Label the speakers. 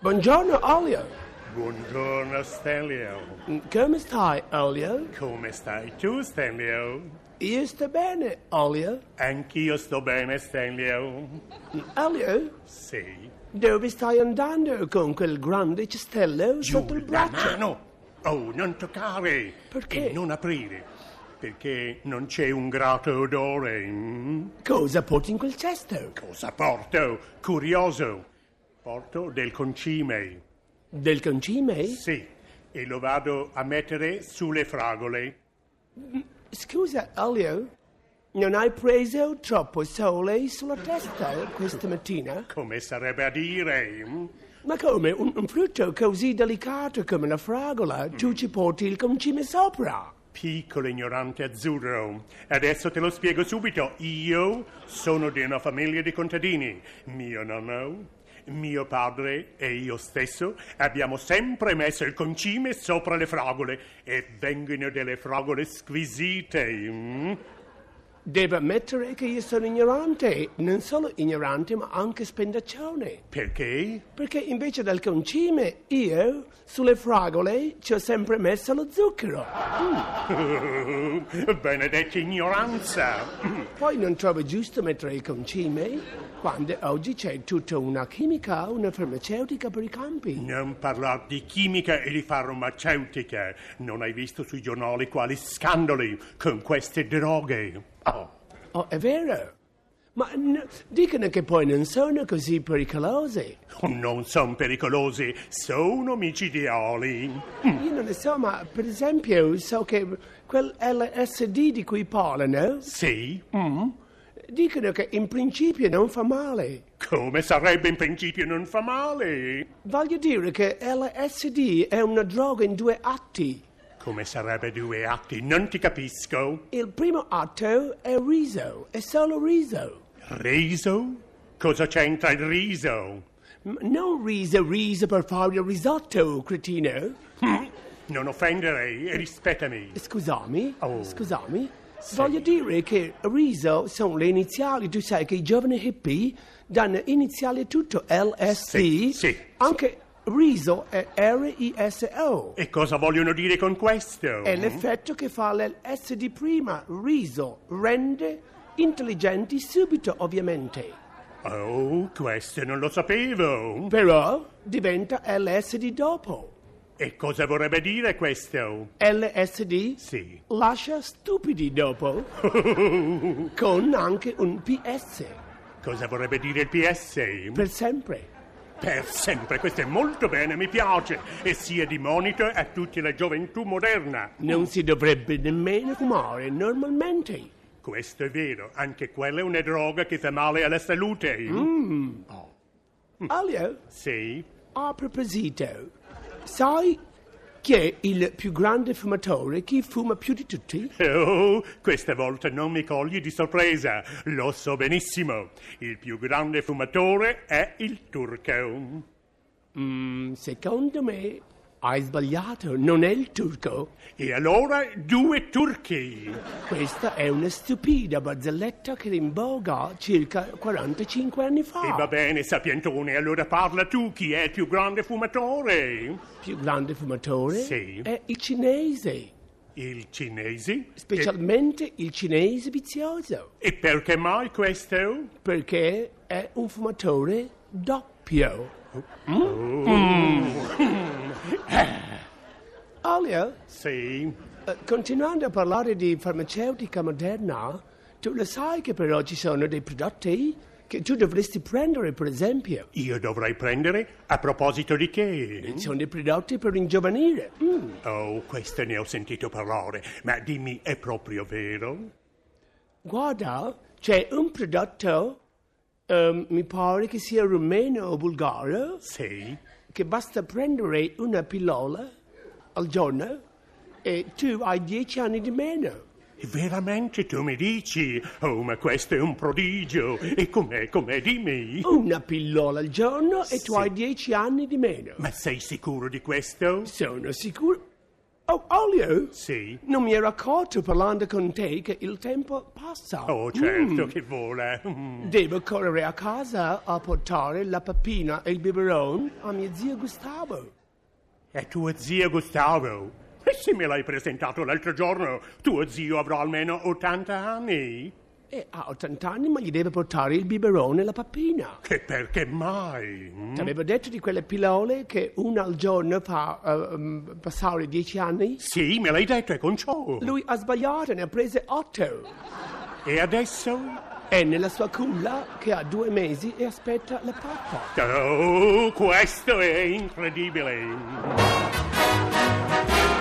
Speaker 1: Buongiorno, Olio.
Speaker 2: Buongiorno Stanlio.
Speaker 1: Come stai, Olio?
Speaker 2: Come stai tu, Stanlio?
Speaker 1: Io sto bene, Olio.
Speaker 2: Anch'io sto bene, Stanlio.
Speaker 1: Olio,
Speaker 2: Sì.
Speaker 1: dove stai andando con quel grande cestello sotto il
Speaker 2: la
Speaker 1: braccio?
Speaker 2: mano. Oh, non toccare.
Speaker 1: Perché?
Speaker 2: E non aprire. Perché non c'è un grato odore. mm?
Speaker 1: Cosa porti in quel cesto?
Speaker 2: Cosa porto? Curioso. Porto del concime.
Speaker 1: Del concime?
Speaker 2: Sì. E lo vado a mettere sulle fragole.
Speaker 1: Scusa, Olio. Non hai preso troppo sole sulla testa questa mattina?
Speaker 2: Come sarebbe a dire? mm?
Speaker 1: Ma come? Un, un frutto così delicato come una fragola, tu ci porti il concime sopra?
Speaker 2: Piccolo ignorante azzurro, adesso te lo spiego subito. Io sono di una famiglia di contadini. Mio nonno, mio padre e io stesso abbiamo sempre messo il concime sopra le fragole e vengono delle fragole squisite. mm?
Speaker 1: Devo ammettere che io sono ignorante, non solo ignorante ma anche spendaccione.
Speaker 2: Perché?
Speaker 1: Perché invece del concime io sulle fragole ci ho sempre messo lo zucchero.
Speaker 2: Benedetta ignoranza!
Speaker 1: Poi non trovo giusto mettere il concime quando oggi c'è tutta una chimica, una farmaceutica per i campi.
Speaker 2: Non parlare di chimica e di farmaceutica. Non hai visto sui giornali quali scandali con queste droghe? Oh.
Speaker 1: Oh, è vero. Ma n- dicono che poi non sono così pericolose.
Speaker 2: Non sono pericolosi, sono micidiali.
Speaker 1: Io non ne so, ma per esempio so che quel LSD di cui parlano
Speaker 2: Sì?
Speaker 1: dicono che in principio non fa male.
Speaker 2: Come sarebbe in principio non fa male?
Speaker 1: Voglio dire che LSD è una droga in due atti.
Speaker 2: Come sarebbe due atti? Non ti capisco.
Speaker 1: Il primo atto è riso, è solo riso.
Speaker 2: Riso? Cosa c'entra il riso?
Speaker 1: M- non riso, riso per fare il risotto, cretino.
Speaker 2: Non offendere e rispettami.
Speaker 1: Scusami,
Speaker 2: Oh.
Speaker 1: scusami. Voglio dire che riso sono le iniziali, tu sai che i giovani hippie danno iniziali a tutto, LSD.
Speaker 2: Sì, sì.
Speaker 1: Anche riso è R-I-S-O.
Speaker 2: E cosa vogliono dire con questo?
Speaker 1: È l'effetto che fa l'LSD prima, riso, rende intelligenti subito ovviamente.
Speaker 2: Oh, questo non lo sapevo.
Speaker 1: Però diventa LSD dopo.
Speaker 2: E cosa vorrebbe dire questo?
Speaker 1: LSD
Speaker 2: Sì.
Speaker 1: lascia stupidi dopo. con anche un PS.
Speaker 2: Cosa vorrebbe dire il PS?
Speaker 1: Per sempre.
Speaker 2: Per sempre, questo è molto bene, mi piace. E sia di monito a tutta la gioventù moderna.
Speaker 1: Non si dovrebbe nemmeno fumare normalmente.
Speaker 2: Questo è vero, anche quella è una droga che fa male alla salute.
Speaker 1: Olio,
Speaker 2: Sì?
Speaker 1: a proposito, sai che il più grande fumatore, chi fuma più di tutti?
Speaker 2: Oh, questa volta non mi cogli di sorpresa, lo so benissimo. Il più grande fumatore è il turco.
Speaker 1: Secondo me hai sbagliato, non è il turco.
Speaker 2: E allora due turchi.
Speaker 1: Questa è una stupida barzelletta che era in voga circa 45 anni
Speaker 2: E va
Speaker 1: fa.
Speaker 2: bene, sapientone, allora parla tu, chi è il più grande fumatore?
Speaker 1: Il più grande fumatore
Speaker 2: Sì.
Speaker 1: è il cinese,
Speaker 2: Il cinese?
Speaker 1: specialmente il cinese vizioso,
Speaker 2: E perché mai questo?
Speaker 1: perché è un fumatore doppio.
Speaker 2: Oh.
Speaker 1: Mm.
Speaker 2: Mm.
Speaker 1: Eh. Olio,
Speaker 2: Sì.
Speaker 1: eh, continuando a parlare di farmaceutica moderna, tu lo sai che però ci sono dei prodotti che tu dovresti prendere, per esempio.
Speaker 2: Io dovrei prendere a proposito di che?
Speaker 1: Sono dei prodotti per ingiovanire. Mm.
Speaker 2: Oh, questo ne ho sentito parlare, ma dimmi, è proprio vero?
Speaker 1: Guarda, c'è un prodotto Ehm, mi pare che sia rumeno o bulgaro,
Speaker 2: Sì?
Speaker 1: che basta prendere una pillola al giorno e tu hai dieci anni di meno.
Speaker 2: Veramente tu mi dici? Oh, ma questo è un prodigio. E com'è, com'è, dimmi?
Speaker 1: Una pillola al giorno e tu hai dieci anni di meno.
Speaker 2: Ma sei sicuro di questo?
Speaker 1: Sono sicuro. Oh, olio!
Speaker 2: Sì.
Speaker 1: Non mi ero accorto parlando con te che il tempo passa.
Speaker 2: Oh, certo che vola. Mm.
Speaker 1: Devo correre a casa a portare la papina e il biberon a mio zio Gustavo.
Speaker 2: È tuo zio Gustavo. E se me l'hai presentato l'altro giorno, tuo zio avrà almeno 80 anni.
Speaker 1: E ha 80 anni ma gli deve portare il biberon e la papina.
Speaker 2: Che perché mai? mm?
Speaker 1: Ti avevo detto di quelle pillole che una al giorno fa eh, ehm, passare 10 anni?
Speaker 2: Sì, me l'hai detto e con ciò.
Speaker 1: Lui ha sbagliato, ne ha prese 8.
Speaker 2: E adesso?
Speaker 1: È nella sua culla che ha due mesi e aspetta la pappa.
Speaker 2: Oh, questo è incredibile.